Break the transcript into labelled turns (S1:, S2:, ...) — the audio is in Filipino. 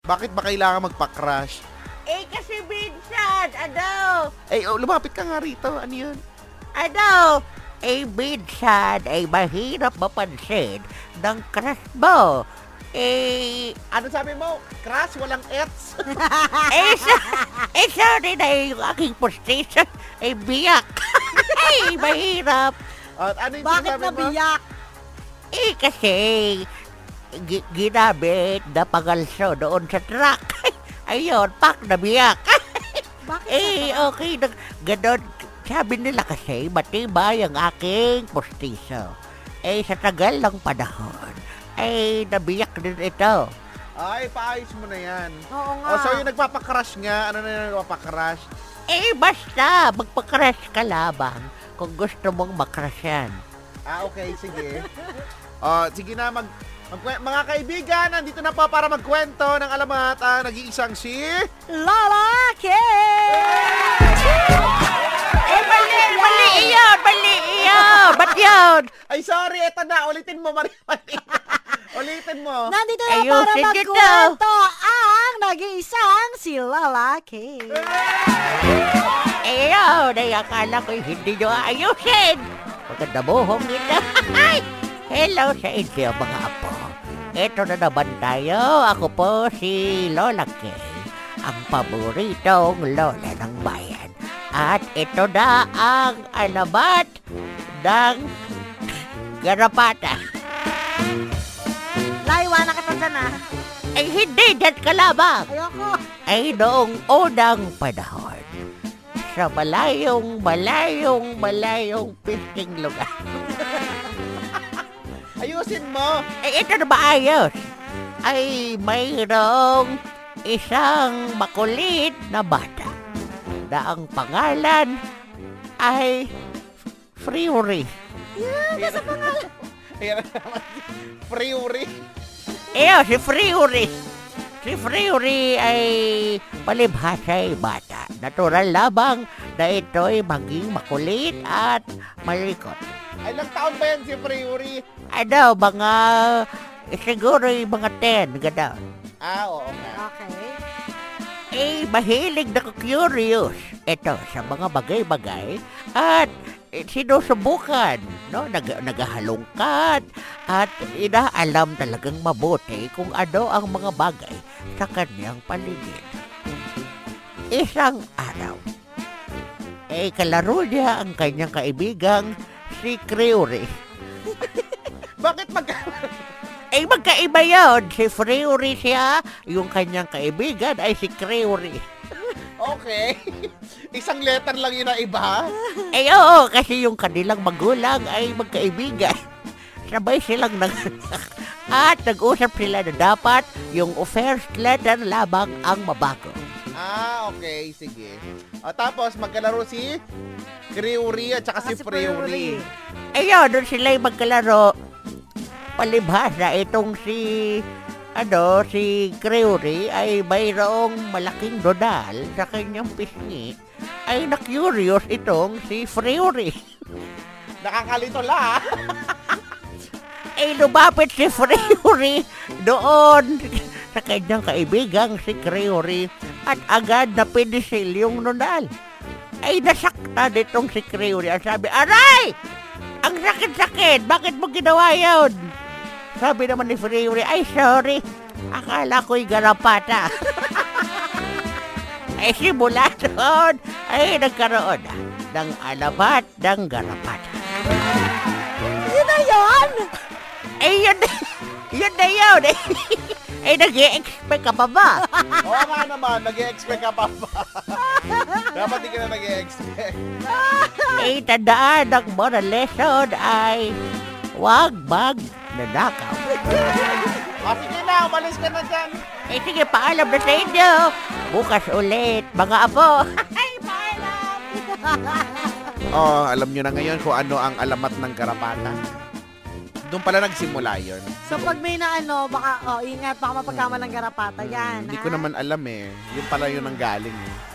S1: Bakit ba kailangan magpa-crash?
S2: Eh, kasi minsan, ano,
S1: Eh, oh, lumapit ka nga rito. Ano yun?
S2: ano, eh, minsan, ay mahirap mapansin ng crush mo. Eh,
S1: Ano sabi mo? Crash, walang ets.
S2: eh, so- eh, sorry na eh, yung aking frustration, eh, biyak. ay, mahirap.
S1: At ano yung
S3: Bakit
S1: sinasabi mo?
S3: nabiyak?
S2: Eh, kasi, gi- ginamit na pangalso doon sa truck. Ayun, pak, nabiyak.
S3: Bakit
S2: Eh,
S3: nabiyak?
S2: okay na. Ganon, sabi nila kasi, matibay ang aking postiso. Eh, sa tagal ng panahon, ay nabiyak din ito.
S1: Ay, paayos mo na yan.
S3: Oo nga.
S1: Oh, so yung nagpapakrush nga, ano na yung nagpapakrush?
S2: Eh, basta, magpa-crush ka lamang kung gusto mong makrasyan.
S1: Ah, okay, sige. Oh, sige na, mag, magkwe- mga kaibigan, nandito na po para magkwento ng alamat ang nag-iisang si...
S3: Lalaki!
S2: Eh, mali, mali iyon, mali iyon, ba't yun?
S1: Ay, sorry, eto na, ulitin mo, Maria. ulitin mo.
S3: Nandito na
S2: Ayun,
S3: para
S2: sige daw.
S3: magkwento ang nag-iisang si lalaki.
S2: Eh, yun, ay akala ko hindi nyo aayusin. Maganda buhong ito. Ay! Hello sa inyo mga apo. Ito na naman tayo. Ako po si Lola Kay, ang paboritong lola ng bayan. At ito na ang alamat ng garapata.
S3: Laywa na kita dyan ah.
S2: Ay Eh, hindi, dyan ka lamang.
S3: Ayoko.
S2: ay noong unang panahon sa malayong, malayong, malayong pisking lugar.
S1: Ayusin mo.
S2: Ay, Eh, ito na maayos. Ay, mayroong isang makulit na bata na ang pangalan ay Friuri.
S3: Ano
S1: Ayan Priori.
S2: Eyo, si Friuri. Si Friuri Eh, ay palibhasay bata. Natural lamang na ito'y maging makulit at malikot.
S1: Ay, ilang taon ba yan si Priori?
S2: Ano, mga... eh, Siguro yung mga 10, gano'n.
S1: Ah, oo nga.
S3: Okay.
S2: Eh, mahilig na curious. Ito, sa mga bagay-bagay. At eh, sinusubukan, no? Nag naghahalongkat at inaalam talagang mabuti kung ano ang mga bagay sa kanyang paligid. Isang araw, eh, kalaro niya ang kanyang kaibigang si Creory.
S1: Bakit mag...
S2: Eh, magkaiba yun. Si Friuri siya, yung kanyang kaibigan ay si Creory.
S1: Okay. Isang letter lang yun ang iba.
S2: Eh, oo, kasi yung kanilang magulang ay magkaibigan. Sabay silang nag... At nag-usap sila na dapat yung first letter lamang ang mabago.
S1: Ah, okay. Sige. O, tapos, magkalaro si Creory at saka Ah, si
S3: si
S1: Priori.
S3: Priori.
S2: Ayun, doon sila'y magkalaro. Palibhasa, itong si... Ano, si Creory ay mayroong malaking dodal sa kanyang pisngi ay na-curious itong si Friuri.
S1: Nakakalito la.
S2: ay Eh, lumapit si Friuri doon sa kanyang kaibigang si Creory at agad na pinisil yung nunal. Ay nasaktan itong si Creory at sabi, Aray! Ang sakit-sakit! Bakit mo ginawa yun? Sabi naman ni Friuri, ay sorry, akala ko'y garapata. ay simula doon, ay nagkaroon na ng alabat ng garapata.
S3: Yun na yun!
S2: Eh, yun, yun na yun. eh, nag-i-expect ka pa ba?
S1: Oo nga naman, nag-expect ka pa ba? Dapat di ka na nag-expect.
S2: eh, tandaan ang moral lesson ay huwag magnanakaw.
S1: O, Ah, sige na, umalis ka na dyan.
S2: Eh, sige, paalam na sa inyo. Bukas ulit, mga apo. Ay, paalam.
S1: Oh, alam nyo na ngayon kung ano ang alamat ng garapata. Doon pala nagsimula yon.
S3: So pag may na ano, baka, oh, ingat, baka mapagkama ng garapata yan.
S1: Hindi
S3: ha?
S1: ko naman alam eh. Yung pala yun ang galing eh.